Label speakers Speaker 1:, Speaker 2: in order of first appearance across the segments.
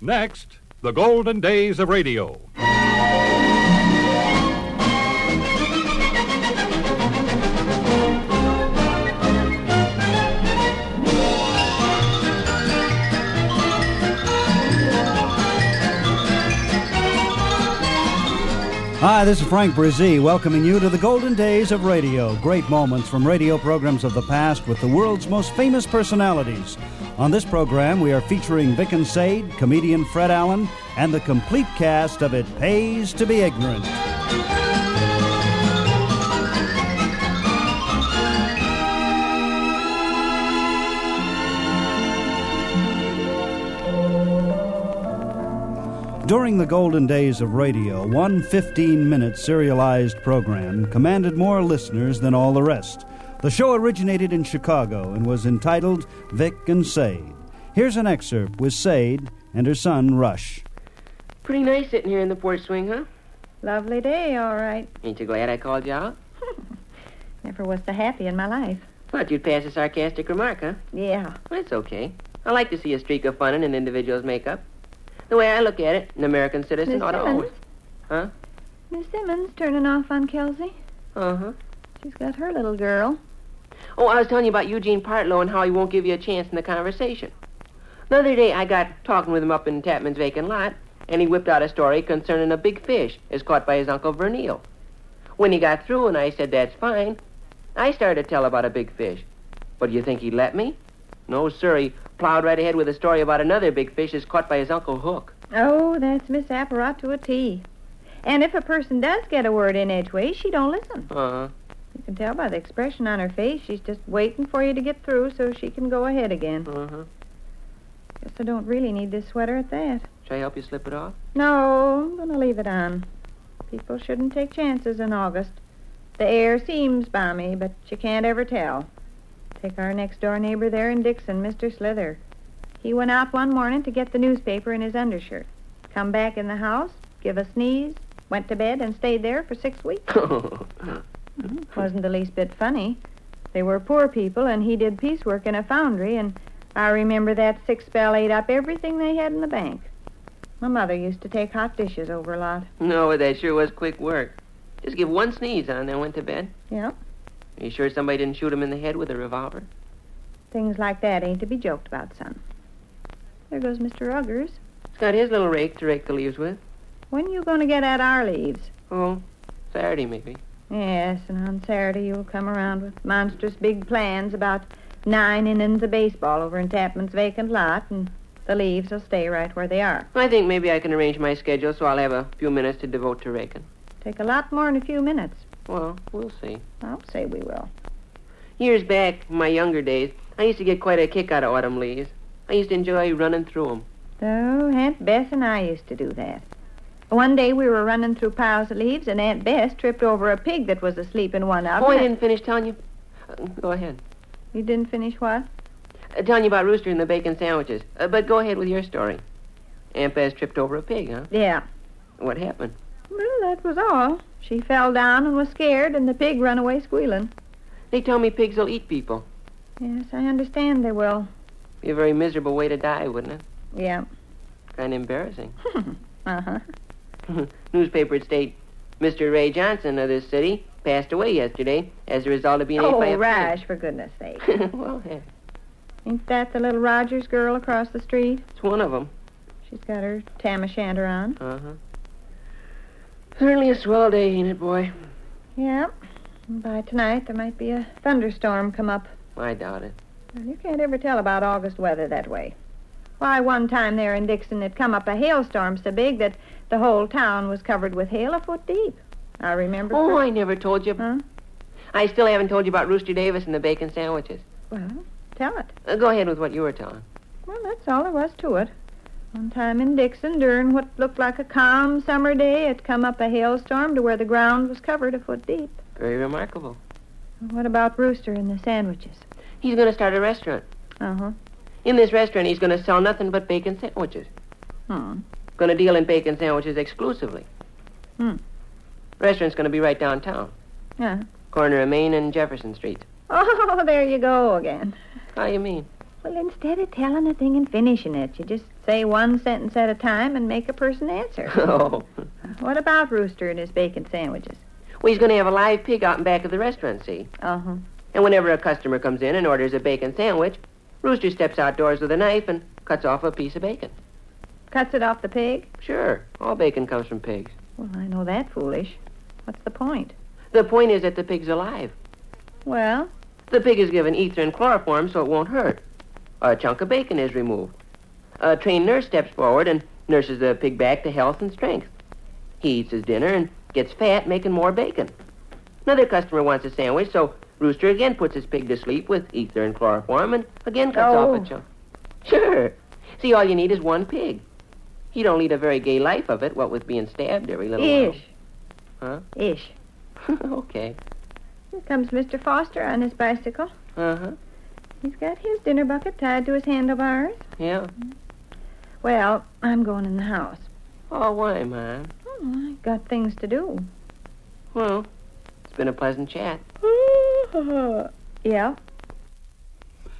Speaker 1: Next, the golden days of radio.
Speaker 2: Hi, this is Frank Brzee welcoming you to the golden days of radio. Great moments from radio programs of the past with the world's most famous personalities. On this program, we are featuring Vic and Sade, comedian Fred Allen, and the complete cast of It Pays to Be Ignorant. During the golden days of radio, one 15 minute serialized program commanded more listeners than all the rest. The show originated in Chicago and was entitled Vic and Sade. Here's an excerpt with Sade and her son Rush.
Speaker 3: Pretty nice sitting here in the porch swing, huh?
Speaker 4: Lovely day, all right.
Speaker 3: Ain't you glad I called you out?
Speaker 4: Never was so happy in my life.
Speaker 3: Thought you'd pass a sarcastic remark, huh?
Speaker 4: Yeah.
Speaker 3: That's okay. I like to see a streak of fun in an individual's makeup. The way I look at it, an American citizen
Speaker 4: Miss
Speaker 3: ought to
Speaker 4: Simmons?
Speaker 3: always. Huh?
Speaker 4: Miss Simmons turning off on Kelsey.
Speaker 3: Uh huh.
Speaker 4: She's got her little girl.
Speaker 3: Oh, I was telling you about Eugene Partlow and how he won't give you a chance in the conversation. The other day, I got talking with him up in Tapman's vacant lot, and he whipped out a story concerning a big fish as caught by his uncle Vernil. When he got through and I said, that's fine, I started to tell about a big fish. But do you think he let me? No, sir. He plowed right ahead with a story about another big fish as caught by his uncle Hook.
Speaker 4: Oh, that's Miss Apparat to a T. And if a person does get a word in edgeways, she don't listen.
Speaker 3: Uh-huh.
Speaker 4: You can tell by the expression on her face. She's just waiting for you to get through so she can go ahead again.
Speaker 3: Uh-huh.
Speaker 4: Guess I don't really need this sweater at that.
Speaker 3: Shall I help you slip it off?
Speaker 4: No, I'm going to leave it on. People shouldn't take chances in August. The air seems balmy, but you can't ever tell. Take our next door neighbor there in Dixon, Mr. Slither. He went out one morning to get the newspaper in his undershirt. Come back in the house, give a sneeze, went to bed, and stayed there for six weeks. Wasn't the least bit funny. They were poor people, and he did piecework in a foundry, and I remember that six spell ate up everything they had in the bank. My mother used to take hot dishes over a lot.
Speaker 3: no, but that sure was quick work. Just give one sneeze on and went to bed.
Speaker 4: Yeah.
Speaker 3: Are you sure somebody didn't shoot him in the head with a revolver?
Speaker 4: Things like that ain't to be joked about, son. There goes Mr. Ruggers.
Speaker 3: He's got his little rake to rake the leaves with.
Speaker 4: When you going to get at our leaves?
Speaker 3: Oh, Saturday maybe.
Speaker 4: Yes, and on Saturday you'll come around with monstrous big plans about nine innings of baseball over in Tapman's vacant lot, and the leaves will stay right where they are.
Speaker 3: I think maybe I can arrange my schedule so I'll have a few minutes to devote to raking.
Speaker 4: Take a lot more in a few minutes.
Speaker 3: Well, we'll see.
Speaker 4: I'll say we will.
Speaker 3: Years back, in my younger days, I used to get quite a kick out of autumn leaves. I used to enjoy running through 'em.
Speaker 4: Oh, Aunt Bess and I used to do that. One day we were running through piles of leaves, and Aunt Bess tripped over a pig that was asleep in one of
Speaker 3: Oh, I
Speaker 4: them.
Speaker 3: didn't finish telling you. Uh, go ahead.
Speaker 4: You didn't finish what?
Speaker 3: Uh, telling you about Rooster and the bacon sandwiches. Uh, but go ahead with your story. Aunt Bess tripped over a pig, huh?
Speaker 4: Yeah.
Speaker 3: What happened?
Speaker 4: Well, that was all. She fell down and was scared, and the pig run away squealing.
Speaker 3: They tell me pigs will eat people.
Speaker 4: Yes, I understand they will.
Speaker 3: Be a very miserable way to die, wouldn't it?
Speaker 4: Yeah.
Speaker 3: Kind of embarrassing.
Speaker 4: uh huh.
Speaker 3: Newspaper had state Mr. Ray Johnson of this city passed away yesterday as a result of being ate by
Speaker 4: Oh,
Speaker 3: a
Speaker 4: Raj, for goodness sake.
Speaker 3: pig. well, heck,
Speaker 4: Ain't that the little Rogers girl across the street?
Speaker 3: it's one of them.
Speaker 4: She's got her tam o' shanter on.
Speaker 3: Uh huh. Certainly a swell day, ain't it, boy?
Speaker 4: Yeah. And by tonight, there might be a thunderstorm come up.
Speaker 3: I doubt it.
Speaker 4: Well, You can't ever tell about August weather that way. Why, one time there in Dixon, it come up a hailstorm so big that the whole town was covered with hail a foot deep. I remember.
Speaker 3: Oh, I never told you.
Speaker 4: Huh?
Speaker 3: I still haven't told you about Rooster Davis and the bacon sandwiches.
Speaker 4: Well, tell it.
Speaker 3: Uh, go ahead with what you were telling.
Speaker 4: Well, that's all there was to it. One time in Dixon, during what looked like a calm summer day, it come up a hailstorm to where the ground was covered a foot deep.
Speaker 3: Very remarkable.
Speaker 4: What about Brewster and the sandwiches?
Speaker 3: He's going to start a restaurant.
Speaker 4: Uh huh.
Speaker 3: In this restaurant, he's going to sell nothing but bacon sandwiches.
Speaker 4: Hmm.
Speaker 3: Going to deal in bacon sandwiches exclusively.
Speaker 4: Hmm.
Speaker 3: Restaurant's going to be right downtown,
Speaker 4: Yeah.
Speaker 3: corner of Main and Jefferson Street.
Speaker 4: Oh, there you go again.
Speaker 3: How you mean?
Speaker 4: Well, instead of telling a thing and finishing it, you just Say one sentence at a time and make a person answer.
Speaker 3: Oh.
Speaker 4: what about Rooster and his bacon sandwiches?
Speaker 3: Well, he's going to have a live pig out in back of the restaurant, see?
Speaker 4: Uh huh.
Speaker 3: And whenever a customer comes in and orders a bacon sandwich, Rooster steps outdoors with a knife and cuts off a piece of bacon.
Speaker 4: Cuts it off the pig?
Speaker 3: Sure, all bacon comes from pigs.
Speaker 4: Well, I know that foolish. What's the point?
Speaker 3: The point is that the pig's alive.
Speaker 4: Well,
Speaker 3: The pig is given ether and chloroform so it won't hurt. A chunk of bacon is removed. A trained nurse steps forward and nurses the pig back to health and strength. He eats his dinner and gets fat, making more bacon. Another customer wants a sandwich, so Rooster again puts his pig to sleep with ether and chloroform and again cuts off
Speaker 4: Oh.
Speaker 3: a chunk. Sure. See, all you need is one pig. He don't lead a very gay life of it, what with being stabbed every little
Speaker 4: ish.
Speaker 3: Huh?
Speaker 4: Ish.
Speaker 3: while. okay.
Speaker 4: Here comes Mr. Foster on his bicycle.
Speaker 3: Uh-huh.
Speaker 4: He's got his dinner bucket tied to his handlebars.
Speaker 3: Yeah.
Speaker 4: Well, I'm going in the house.
Speaker 3: Oh, why, man?
Speaker 4: Oh, I got things to do.
Speaker 3: Well, it's been a pleasant chat.
Speaker 4: yeah.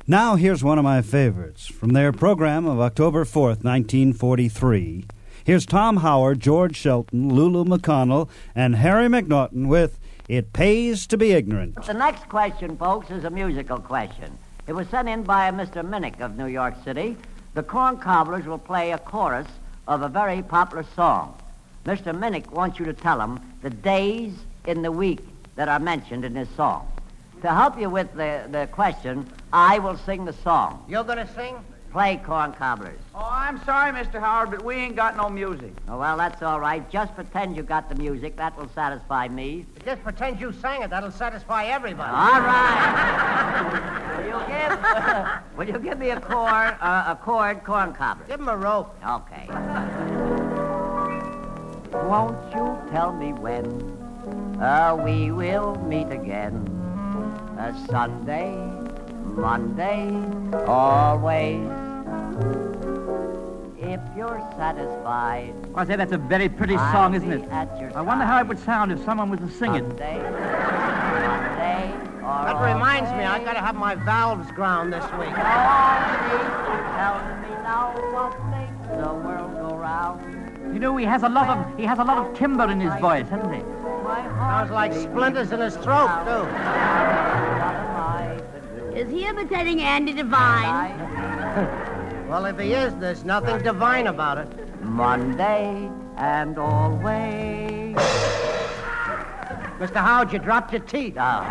Speaker 2: Now, here's one of my favorites from their program of October 4th, 1943. Here's Tom Howard, George Shelton, Lulu McConnell, and Harry McNaughton with It Pays to Be Ignorant.
Speaker 5: The next question, folks, is a musical question. It was sent in by a Mr. Minnick of New York City. The Corn Cobblers will play a chorus of a very popular song. Mr. Minnick wants you to tell him the days in the week that are mentioned in this song. To help you with the, the question, I will sing the song.
Speaker 6: You're gonna sing?
Speaker 5: Play Corn Cobblers.
Speaker 6: Oh, I'm sorry, Mr. Howard, but we ain't got no music.
Speaker 5: Oh, well, that's all right. Just pretend you got the music. That will satisfy me.
Speaker 6: Just pretend you sang it. That'll satisfy everybody.
Speaker 5: All right. will you give? will you give me a cord? Uh, a cord, corn cobbler?
Speaker 6: Give him a rope.
Speaker 5: Okay. Won't you tell me when uh, we will meet again? A Sunday, Monday, always. If you're satisfied,
Speaker 7: Well, I say that's a very pretty
Speaker 5: I'll
Speaker 7: song, isn't
Speaker 5: be
Speaker 7: it?
Speaker 5: At your Uh,
Speaker 7: I wonder how it would sound if someone was to sing it.
Speaker 5: Sunday, Monday, or
Speaker 6: That reminds me, I
Speaker 5: always.
Speaker 6: gotta have my valves ground this week.
Speaker 5: Tell me now what makes the world go round.
Speaker 7: You know, he has a lot of he has a lot of timber in his voice, hasn't he?
Speaker 5: My heart
Speaker 6: Sounds like
Speaker 5: beats
Speaker 6: splinters in his throat, too.
Speaker 5: what am I to do?
Speaker 8: Is he imitating Andy Devine?
Speaker 5: I-
Speaker 6: Well, if he is, there's nothing divine about it.
Speaker 5: Monday and always.
Speaker 6: Mr. Howard, you dropped your teeth.
Speaker 5: Oh.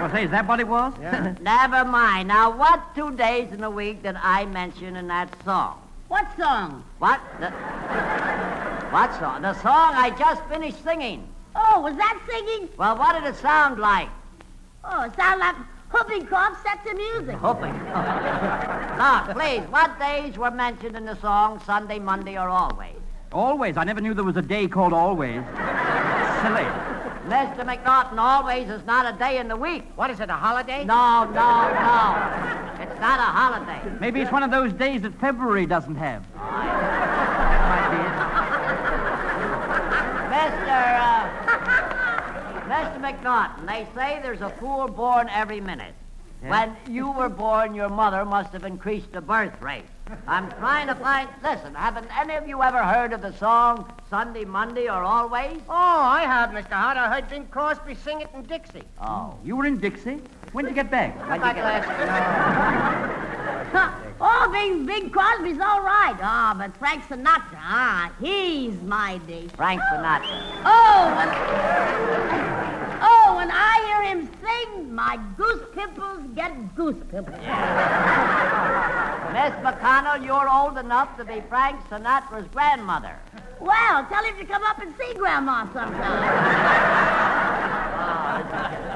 Speaker 7: Well, say, is that what it was?
Speaker 5: Never mind. Now, what two days in the week did I mention in that song?
Speaker 8: What song?
Speaker 5: What? The... What song? The song I just finished singing.
Speaker 8: Oh, was that singing?
Speaker 5: Well, what did it sound like?
Speaker 8: Oh, it sounded like Whooping Cough set to music.
Speaker 5: Hoping. now, please, what days were mentioned in the song, Sunday, Monday, or always?
Speaker 7: Always. I never knew there was a day called always. Silly.
Speaker 5: Mr. McNaughton, always is not a day in the week.
Speaker 6: What is it, a holiday?
Speaker 5: No, no, no. It's not a holiday.
Speaker 7: Maybe it's one of those days that February doesn't have. That might
Speaker 5: Mr. Uh, Mr. McNaughton, they say there's a fool born every minute. When you were born, your mother must have increased the birth rate. I'm trying to find. Listen, haven't any of you ever heard of the song Sunday, Monday, or always?
Speaker 6: Oh, I have, Mr. Howard. I heard Bing Crosby sing it in Dixie.
Speaker 5: Oh.
Speaker 7: be it. You were in Dixie. When did you get back?
Speaker 6: Back last
Speaker 8: oh, Bing, Bing Crosby's all right. Ah, but Frank Sinatra, ah, he's mighty.
Speaker 5: Frank Sinatra.
Speaker 8: Oh, when, oh, when I hear him sing, my goose pimples get goose pimples.
Speaker 5: Miss McConnell, you're old enough to be Frank Sinatra's grandmother.
Speaker 8: Well, tell him to come up and see Grandma sometime.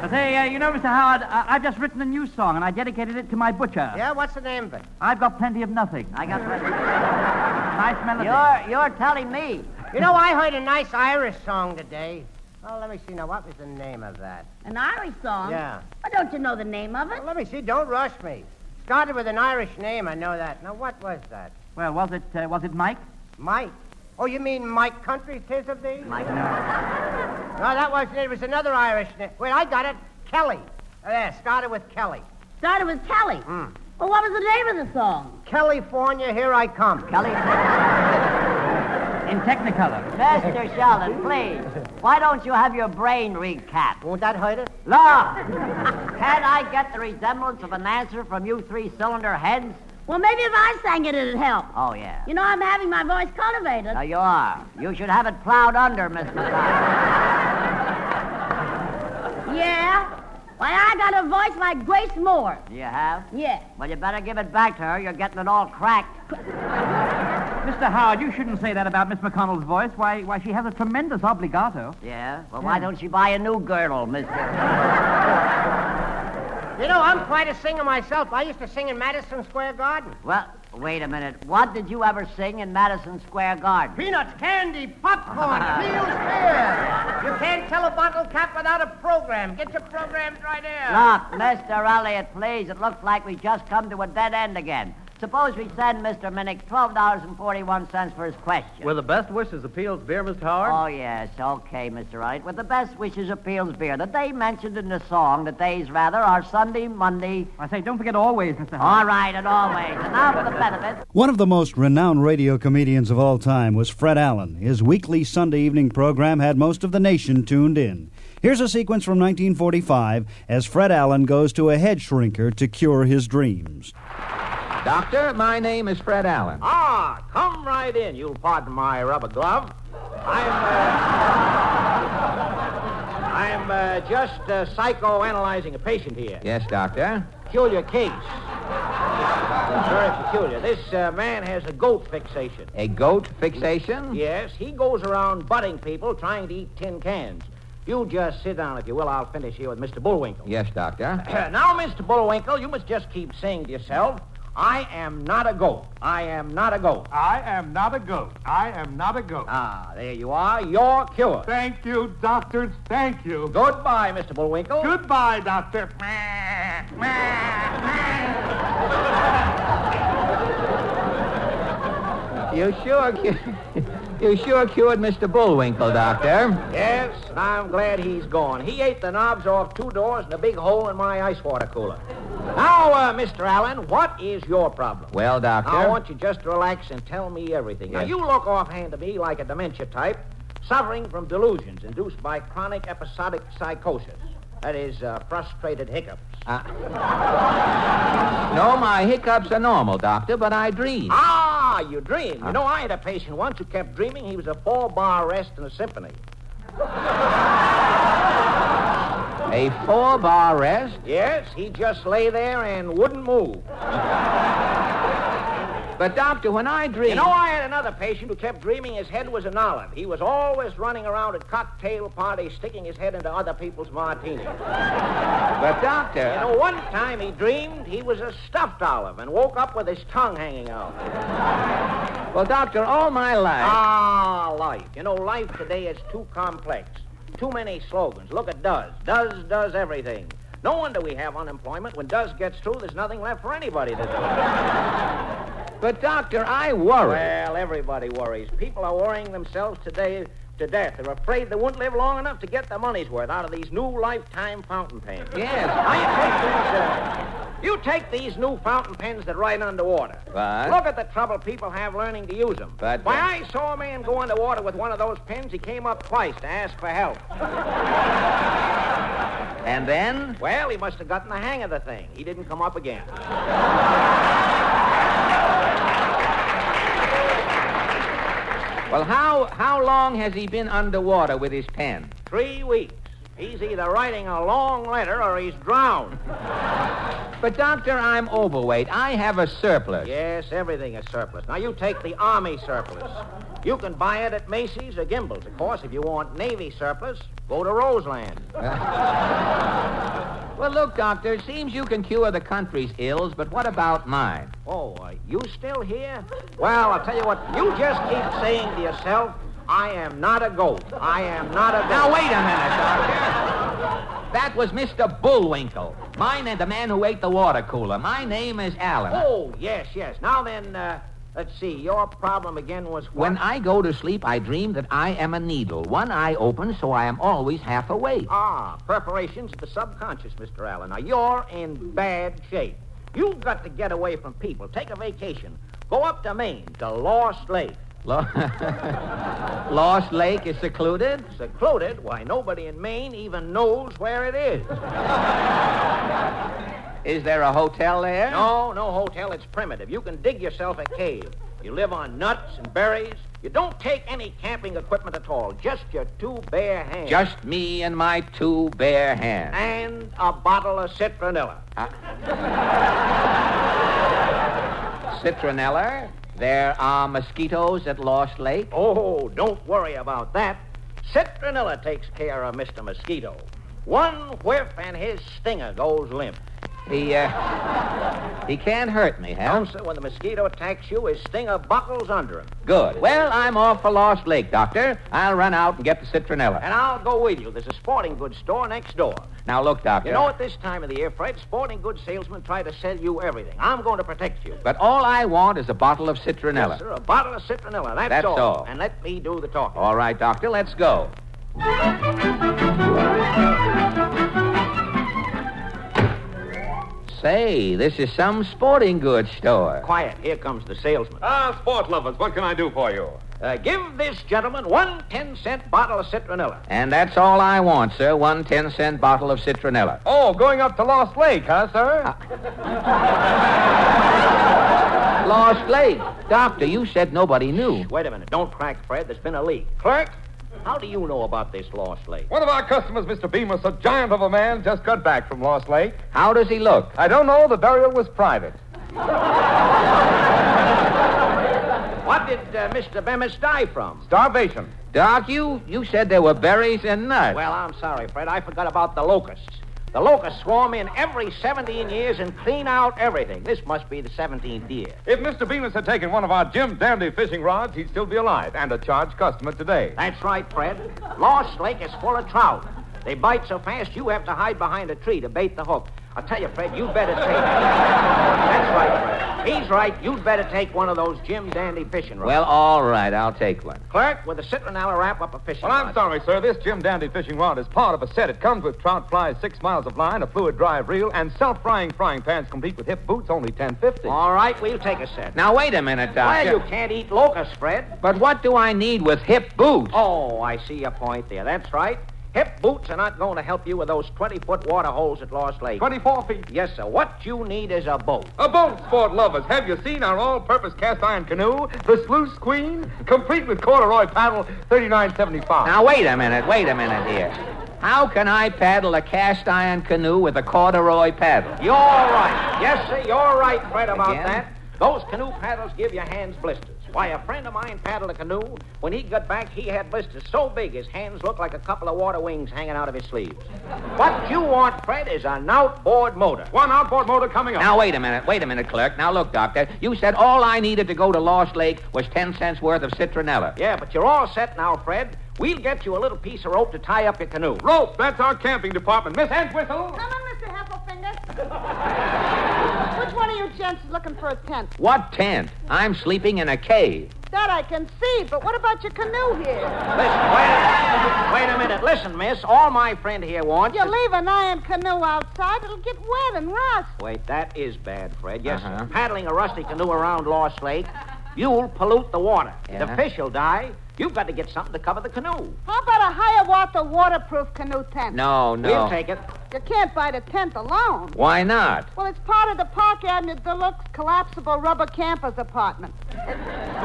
Speaker 7: I say, uh, you know, Mr. Howard, I- I've just written a new song and I dedicated it to my butcher.
Speaker 6: Yeah, what's the name of it?
Speaker 7: I've got plenty of nothing.
Speaker 5: I got
Speaker 7: Nice melody.
Speaker 5: You're you're telling me.
Speaker 6: You know, I heard a nice Irish song today. Oh, let me see now. What was the name of that?
Speaker 8: An Irish song?
Speaker 6: Yeah.
Speaker 8: Why don't you know the name of it?
Speaker 6: Well, let me see. Don't rush me. Started with an Irish name. I know that. Now, what was that?
Speaker 7: Well, was it uh, was it Mike?
Speaker 6: Mike. Oh, you mean Mike Country, tis of thee?
Speaker 5: Mike.
Speaker 6: No, that was it. Was another Irish name. Wait, I got it. Kelly. There, Oh, started with Kelly.
Speaker 8: Started with Kelly. Well, what was the name of the song?
Speaker 6: California, here I come.
Speaker 5: Kelly?
Speaker 7: In Technicolor.
Speaker 5: Mr. Sheldon, please. Why don't you have your brain recapped?
Speaker 6: Won't that hurt us?
Speaker 5: Law! Can I get the resemblance of an answer from you three cylinder heads?
Speaker 8: Well, maybe if I sang it, it'd help.
Speaker 5: Oh, yeah.
Speaker 8: You know, I'm having my voice cultivated.
Speaker 5: Now you are. You should have it plowed under, Miss McCoy.
Speaker 8: Yeah? Why, I got a voice like Grace Moore.
Speaker 5: Do you have?
Speaker 8: Yeah.
Speaker 5: Well, you better give it back to her. You're getting it all cracked.
Speaker 7: Mr. Howard, you shouldn't say that about Miss McConnell's voice. Why, why, she has a tremendous obligato.
Speaker 5: Yeah? Well, why don't you buy a new girdle, mister?
Speaker 6: You know, I'm quite a singer myself. I used to sing in Madison Square Garden.
Speaker 5: Well, wait a minute. What did you ever sing in Madison Square Garden?
Speaker 6: Peanuts, candy, popcorn, meals fair. You can't tell a bottle cap without a program. Get your programs right there.
Speaker 5: Look, Mr. Elliot, please. It looks like we just come to a dead end again. Suppose we send Mr. Minnick $12.41 for his question.
Speaker 9: With the best wishes, appeals, beer, Mr.
Speaker 5: Oh,
Speaker 9: Howard.
Speaker 5: yes, okay, Mr. Elliot. With the best wishes of Peel's Beer, the day mentioned in the song, the days rather, are Sunday, Monday.
Speaker 7: I say, don't forget always, Mr. Howard.
Speaker 5: All right, and always. And now for the benefits.
Speaker 2: One of the most renowned radio comedians of all time was Fred Allen. His weekly Sunday evening program had most of the nation tuned in. Here's a sequence from 1945 as Fred Allen goes to a head shrinker to cure his dreams.
Speaker 9: Doctor, my name is Fred Allen.
Speaker 10: Ah, come right in. You'll pardon my rubber glove. I'm. Uh, I'm uh, just uh, psychoanalyzing a patient here.
Speaker 9: Yes, doctor.
Speaker 10: Peculiar case. Very peculiar. This uh, man has a goat fixation.
Speaker 9: A goat fixation?
Speaker 10: Yes, he goes around butting people trying to eat tin cans. You just sit down, if you will. I'll finish here with Mr. Bullwinkle.
Speaker 9: Yes, doctor.
Speaker 10: now, Mr. Bullwinkle, you must just keep saying to yourself, I am not a goat. I am not a goat.
Speaker 1: I am not a goat. I am not a goat.
Speaker 10: Ah, there you are. You're cured.
Speaker 1: Thank you, doctors. Thank you.
Speaker 10: Goodbye, Mr. Bullwinkle.
Speaker 1: Goodbye, doctor.
Speaker 9: You sure, cu- you sure cured Mr. Bullwinkle, doctor.
Speaker 10: Yes, and I'm glad he's gone. He ate the knobs off two doors and a big hole in my ice water cooler. Now, uh, Mr. Allen, what is your problem?
Speaker 9: Well, doctor.
Speaker 10: I want you just to relax and tell me everything. Now,
Speaker 9: Yes.
Speaker 10: you look offhand to me like a dementia type, suffering from delusions induced by chronic episodic psychosis. That is, uh, frustrated hiccups.
Speaker 9: No, my Uh, hiccups are normal, doctor, but I dream.
Speaker 10: Ah, you dream. You know, I had a patient once who kept dreaming he was a four-bar rest in a symphony.
Speaker 9: A four-bar rest,
Speaker 10: Yes, he just lay there and wouldn't move.
Speaker 9: but doctor, when I dream,
Speaker 10: You know, I had another patient who kept dreaming his head was an olive. He was always running around at cocktail parties, sticking his head into other people's martinis.
Speaker 9: but doctor,
Speaker 10: You know, one time he dreamed he was a stuffed olive and woke up with his tongue hanging out.
Speaker 9: well, doctor, all my life.
Speaker 10: Ah, life. You know, life today is too complex. Too many slogans. Look at does. Does does everything. No wonder we have unemployment. When does gets through, there's nothing left for anybody to do.
Speaker 9: but doctor, I worry.
Speaker 10: Well, everybody worries. People are worrying themselves today to death. They're afraid they won't live long enough to get their money's worth out of these new lifetime fountain pens.
Speaker 9: yes,
Speaker 10: Now, you take these, uh, you take these new fountain pens that write underwater.
Speaker 9: But-
Speaker 10: Look at the trouble people have learning to use them.
Speaker 9: But-
Speaker 10: Why, I saw a man go underwater with one of those pens. He came up twice to ask for help.
Speaker 9: and then.
Speaker 10: Well, he must have gotten the hang of the thing. He didn't come up again.
Speaker 9: Well, how how long has he been underwater with his pen?
Speaker 10: Three weeks. He's either writing a long letter or he's drowned.
Speaker 9: But doctor, I'm overweight. I have a surplus.
Speaker 10: Yes, everything is surplus. Now, you take the Army surplus. You can buy it at Macy's or Gimbel's. Of course, if you want Navy surplus, go to Roseland.
Speaker 9: Well, look, doctor. It seems you can cure the country's ills, but what about mine?
Speaker 10: Oh, are you still here? Well, I'll tell you what. You just keep saying to yourself, I am not a goat. I am not a goat.
Speaker 9: Now wait a minute, doctor. That was Mr. Bullwinkle. Mine and the man who ate the water cooler. My name is Allen.
Speaker 10: Oh, yes, yes. Now then, uh, let's see. Your problem again was what?
Speaker 9: When I go to sleep, I dream that I am a needle. One eye open, so I am always half awake.
Speaker 10: Ah, perforations of the subconscious, Mr. Allen. Now, you're in bad shape. You've got to get away from people. Take a vacation. Go up to Maine, to Lost Lake.
Speaker 9: Lo- Lost Lake is secluded?
Speaker 10: Secluded? Why, nobody in Maine even knows where it is.
Speaker 9: Is there a hotel there?
Speaker 10: No, no hotel. It's primitive. You can dig yourself a cave. You live on nuts and berries. You don't take any camping equipment at all. Just your two bare hands.
Speaker 9: Just me and my two bare hands. Uh,
Speaker 10: And a bottle of citronella.
Speaker 9: Citronella? There are mosquitoes at Lost Lake?
Speaker 10: Oh, don't worry about that. Citronella takes care of Mr. Mosquito. One whiff and his stinger goes limp.
Speaker 9: He, uh, he can't hurt me, huh?
Speaker 10: Also, when the mosquito attacks you, his stinger buckles under him.
Speaker 9: Good. Well, I'm off for Lost Lake, Doctor. I'll run out and get the citronella.
Speaker 10: And I'll go with you. There's a sporting goods store next door.
Speaker 9: Now, look, Doctor.
Speaker 10: You know, at this time of the year, Fred, sporting goods salesmen try to sell you everything. I'm going to protect you.
Speaker 9: But all I want is a bottle of citronella.
Speaker 10: Yes, sir, a bottle of citronella. That's,
Speaker 9: That's all.
Speaker 10: And let me do the talking.
Speaker 9: All right, Doctor, let's go. Say, this is some sporting goods store.
Speaker 10: Quiet. Here comes the salesman.
Speaker 11: Ah, sport lovers, what can I do for you?
Speaker 10: Uh, give this gentleman one ten-cent bottle of citronella.
Speaker 9: And that's all I want, sir. One ten cent bottle of citronella. Uh,
Speaker 11: Oh, going up to Lost Lake, huh, sir?
Speaker 9: Lost Lake. Doctor, you said nobody knew.
Speaker 10: Wait a minute. Don't crack, Fred. There's been a leak. Clerk, how do you know about this Lost Lake?
Speaker 11: One of our customers, Mr. Bemis, a giant of a man, just got back from Lost Lake.
Speaker 9: How does he look?
Speaker 11: I don't know. The burial was private.
Speaker 10: What did uh, Mr. Bemis die from?
Speaker 11: Starvation.
Speaker 9: Doc, you, you said there were berries and nuts.
Speaker 10: Well, I'm sorry, Fred. I forgot about the locusts. The locusts swarm in every 17 years and clean out everything. This must be the 17th year.
Speaker 11: If Mr. Bemis had taken one of our Jim Dandy fishing rods, he'd still be alive and a charged customer today.
Speaker 10: That's right, Fred. Lost Lake is full of trout. They bite so fast you have to hide behind a tree to bait the hook. I tell you, Fred, you'd better take. That's right, Fred. He's right. You'd better take one of those Jim Dandy fishing rods.
Speaker 9: Well,
Speaker 11: uh,
Speaker 9: all right, I'll take one.
Speaker 10: clerk, with a citronella wrap up a fishing
Speaker 11: Well, I'm
Speaker 10: rod.
Speaker 11: sorry, sir. This Jim Dandy fishing rod is part of a set. It comes with trout flies, six miles of line, a fluid drive reel, and self-frying frying pans complete with hip boots, only ten fifty.
Speaker 10: All right, we'll take a set.
Speaker 9: Now, wait a minute, Doctor.
Speaker 10: well, you can't eat locusts, Fred.
Speaker 9: But what do I need with hip boots?
Speaker 10: Oh, I see your point there. That's right. Hip boots are not going to help you with those 20 foot water holes at Lost Lake.
Speaker 11: Twenty-four feet.
Speaker 10: Yes, sir. What you need is a boat.
Speaker 11: A boat, sport lovers. Have you seen our all-purpose cast iron canoe, the Sluice Queen, complete with corduroy paddle, thirty-nine seventy-five?
Speaker 9: Now, wait a minute, wait a minute here. How can I paddle a cast iron canoe with a corduroy paddle?
Speaker 10: You're right. Yes, sir, you're right, Fred, about
Speaker 9: Again?
Speaker 10: that. Those canoe paddles give your hands blisters. Why, a friend of mine paddled a canoe. When he got back, he had blisters so big his hands looked like a couple of water wings hanging out of his sleeves. what you want, Fred, is an outboard motor.
Speaker 11: One outboard motor coming up.
Speaker 9: Now, wait a minute, wait a minute, clerk. Now, look, Doctor, you said all I needed to go to Lost Lake was 10 cents worth of citronella.
Speaker 10: Yeah, but you're all set now, Fred. We'll get you a little piece of rope to tie up your canoe.
Speaker 11: Rope. That's our camping department. Miss Entwistle.
Speaker 8: Come on, Mr. Heffelfinger. Which one of you gents is looking for a tent?
Speaker 9: What tent? I'm sleeping in a cave.
Speaker 8: That I can see, but what about your canoe here?
Speaker 10: Listen, wait a, wait a minute. Listen, miss, all my friend here wants
Speaker 8: You
Speaker 10: is-
Speaker 8: leave an iron canoe outside, it'll get wet and rust.
Speaker 10: Wait, that is bad, Fred. Yes,
Speaker 9: Uh-huh.
Speaker 10: sir. Paddling a rusty canoe around Lost Lake, you'll pollute the water.
Speaker 9: Yeah.
Speaker 10: The fish will die. You've got to get something to cover the canoe.
Speaker 8: How about a Hiawatha waterproof canoe tent?
Speaker 9: No, no.
Speaker 10: We'll take it.
Speaker 8: You can't buy the tent alone.
Speaker 9: Why not?
Speaker 8: Well, it's part of the Park Avenue Deluxe Collapsible Rubber Campers Apartment. It,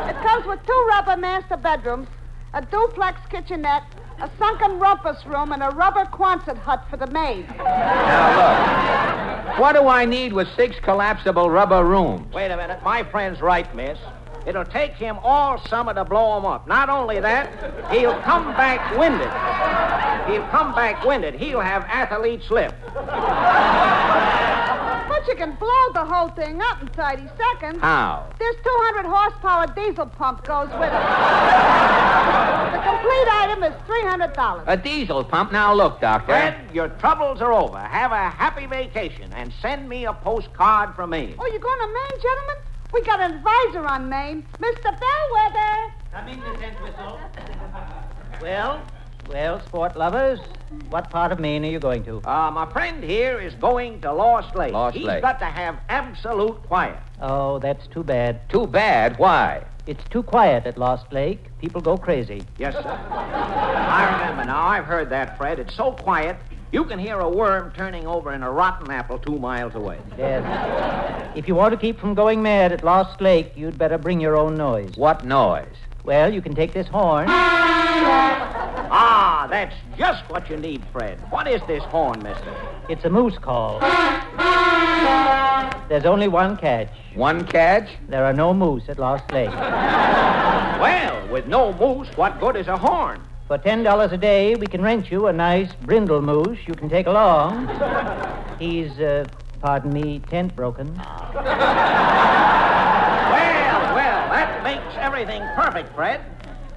Speaker 8: it comes with two rubber master bedrooms, a duplex kitchenette, a sunken rumpus room, and a rubber Quonset hut for the maid.
Speaker 9: What do I need with six collapsible rubber rooms?
Speaker 10: Wait a minute. My friend's right, miss. It'll take him all summer to blow him up. Not only that, he'll come back winded. He'll come back winded. He'll have athlete's lip.
Speaker 8: But you can blow the whole thing up in 30 seconds.
Speaker 9: How?
Speaker 8: This 200 horsepower diesel pump goes with it. the complete item is $300.
Speaker 9: A diesel pump? Now, look, Doctor.
Speaker 10: Fred, your troubles are over. Have a happy vacation and send me a postcard from Maine.
Speaker 8: Oh, you going to Maine, gentlemen? We got an advisor on Maine, Mr. Bellwether.
Speaker 10: Come in, Miss Entwistle. Well,
Speaker 12: Well, sport lovers, what part of Maine are you going to?
Speaker 10: Uh, my friend here is going to Lost Lake.
Speaker 12: Lost
Speaker 10: He's
Speaker 12: Lake.
Speaker 10: got to have absolute quiet.
Speaker 12: Oh, that's too bad.
Speaker 9: Too bad? Why?
Speaker 12: It's too quiet at Lost Lake. People go crazy.
Speaker 10: Yes, sir. I remember now. I've heard that, Fred. It's so quiet, you can hear a worm turning over in a rotten apple two miles away.
Speaker 12: Yes. If you want to keep from going mad at Lost Lake, you'd better bring your own noise.
Speaker 9: What noise?
Speaker 12: Well, you can take this horn.
Speaker 10: Ah, that's just what you need, Fred. What is this horn, mister?
Speaker 12: It's a moose call. There's only one catch.
Speaker 9: One catch?
Speaker 12: There are no moose at Lost Lake.
Speaker 10: Well, with no moose, what good is a horn?
Speaker 12: For $10 a day, we can rent you a nice brindle moose you can take along. He's, uh, pardon me, tent broken.
Speaker 10: Well, well, that makes everything perfect, Fred.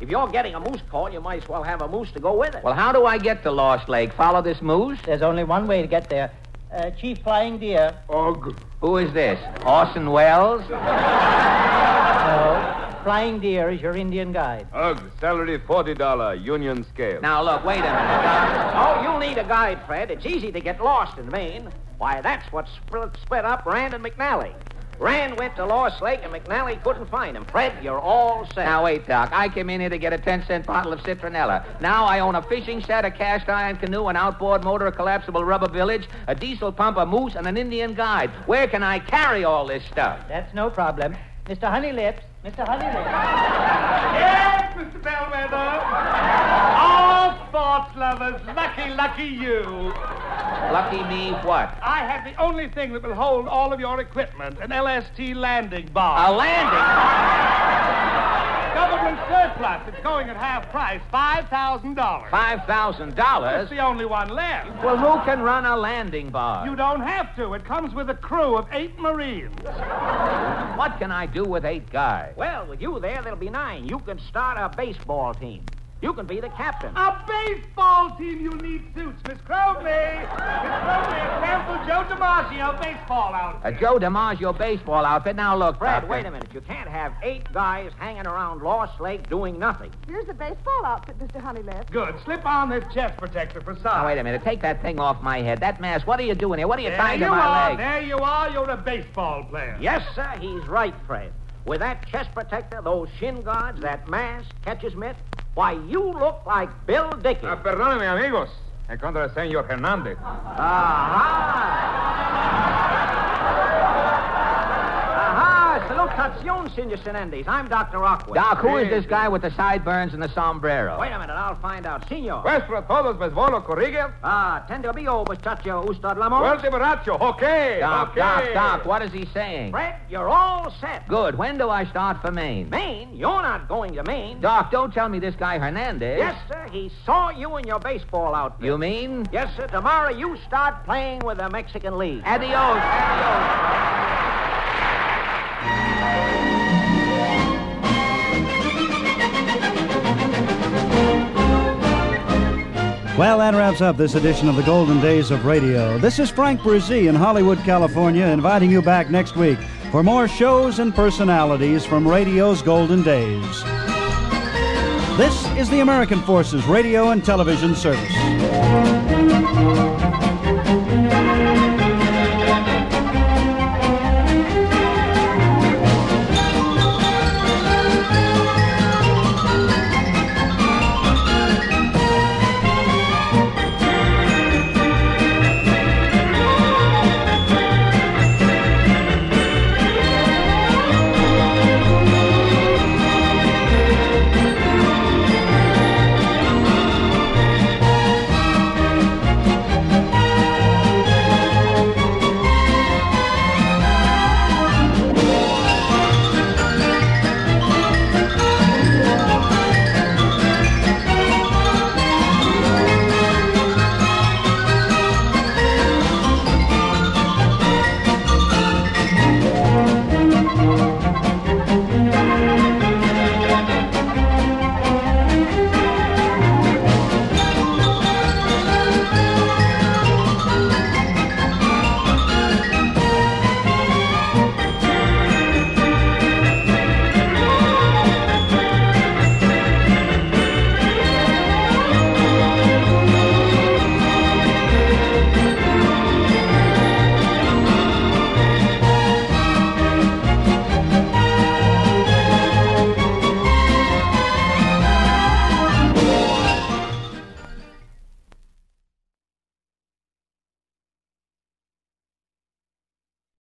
Speaker 10: If you're getting a moose call, you might as well have a moose to go with it.
Speaker 9: Well, how do I get to Lost Lake? Follow this moose?
Speaker 12: There's only one way to get there. Uh, Chief Flying Deer.
Speaker 9: Og. Who is this? Orson Welles?
Speaker 12: No. Flying Deer is your Indian guide.
Speaker 11: Ugh, salary $40, union scale.
Speaker 9: Now, look, wait a minute.
Speaker 10: Oh, you need a guide, Fred. It's easy to get lost in Maine. Why, that's what split, split up Rand and McNally. Rand went to Lost Lake, and McNally couldn't find him. Fred, you're all set.
Speaker 9: Now, wait, Doc. I came in here to get a 10 cent bottle of citronella. Now I own a fishing set, a cast iron canoe, an outboard motor, a collapsible rubber village, a diesel pump, a moose, and an Indian guide. Where can I carry all this stuff?
Speaker 12: That's no problem. Mr. Honeylips, Mr. Honeylips.
Speaker 1: Yes, Mr. Bellwether. All sports lovers, lucky, lucky you.
Speaker 9: Lucky me, what?
Speaker 1: I have the only thing that will hold all of your equipment an LST landing bar.
Speaker 9: A landing?
Speaker 1: Government surplus. It's going at half price $5,000. It's
Speaker 9: $5,000?
Speaker 1: the only one left.
Speaker 9: Well, who can run a landing bar?
Speaker 1: You don't have to. It comes with a crew of eight Marines.
Speaker 9: What can I do with eight guys?
Speaker 10: Well, with you there, there'll be nine. You can start a baseball team. You can be the captain.
Speaker 1: A baseball team, you need suits. Miss Crowley. Miss Crowley, a sample Joe DiMaggio baseball outfit.
Speaker 9: A Joe DiMaggio baseball outfit. Now look,
Speaker 10: Fred,
Speaker 9: Doctor.
Speaker 10: wait a minute. You can't have eight guys hanging around Lost Lake doing nothing.
Speaker 8: Here's the baseball outfit, Mr. Honeylift.
Speaker 1: Good. Slip on this chest protector for size.
Speaker 9: Now wait a minute. Take that thing off my head. That mask. What are you doing here? What are you
Speaker 1: There
Speaker 9: tying
Speaker 1: you
Speaker 9: to my
Speaker 1: are.
Speaker 9: leg?
Speaker 1: There you are. You're a baseball player.
Speaker 10: Yes, sir, he's right, Fred. With that chest protector, those shin guards, that mask, catcher's mitt, why, you look like Bill Dickey.
Speaker 11: Ah, perdóname, amigos. Encontré a Senor Hernández.
Speaker 10: Aha! Salutacion, Senor Senendez. I'm Dr. Rockwell.
Speaker 9: Doc, who is this guy with the sideburns and the sombrero?
Speaker 10: Wait a minute, I'll find out. Senor.
Speaker 11: Vuestro todos béisbolo, corrige.
Speaker 10: Ah, tendo bio, muchacho, ustad lamo.
Speaker 11: Vuelte borracho, okay.
Speaker 9: Doc,
Speaker 11: okay.
Speaker 9: Doc, Doc, what is he saying?
Speaker 10: Fred, you're all set.
Speaker 9: Good. When do I start for Maine?
Speaker 10: Maine? You're not going to Maine.
Speaker 9: Doc, don't tell me this guy Hernandez.
Speaker 10: Yes, sir, he saw you in your baseball outfit.
Speaker 9: You mean?
Speaker 10: Yes, sir, tomorrow you start playing with the Mexican League.
Speaker 9: Adios. Adios.
Speaker 2: Well, that wraps up this edition of the Golden Days of Radio. This is Frank Brzee in Hollywood, California, inviting you back next week for more shows and personalities from radio's Golden Days. This is the American Forces Radio and Television Service.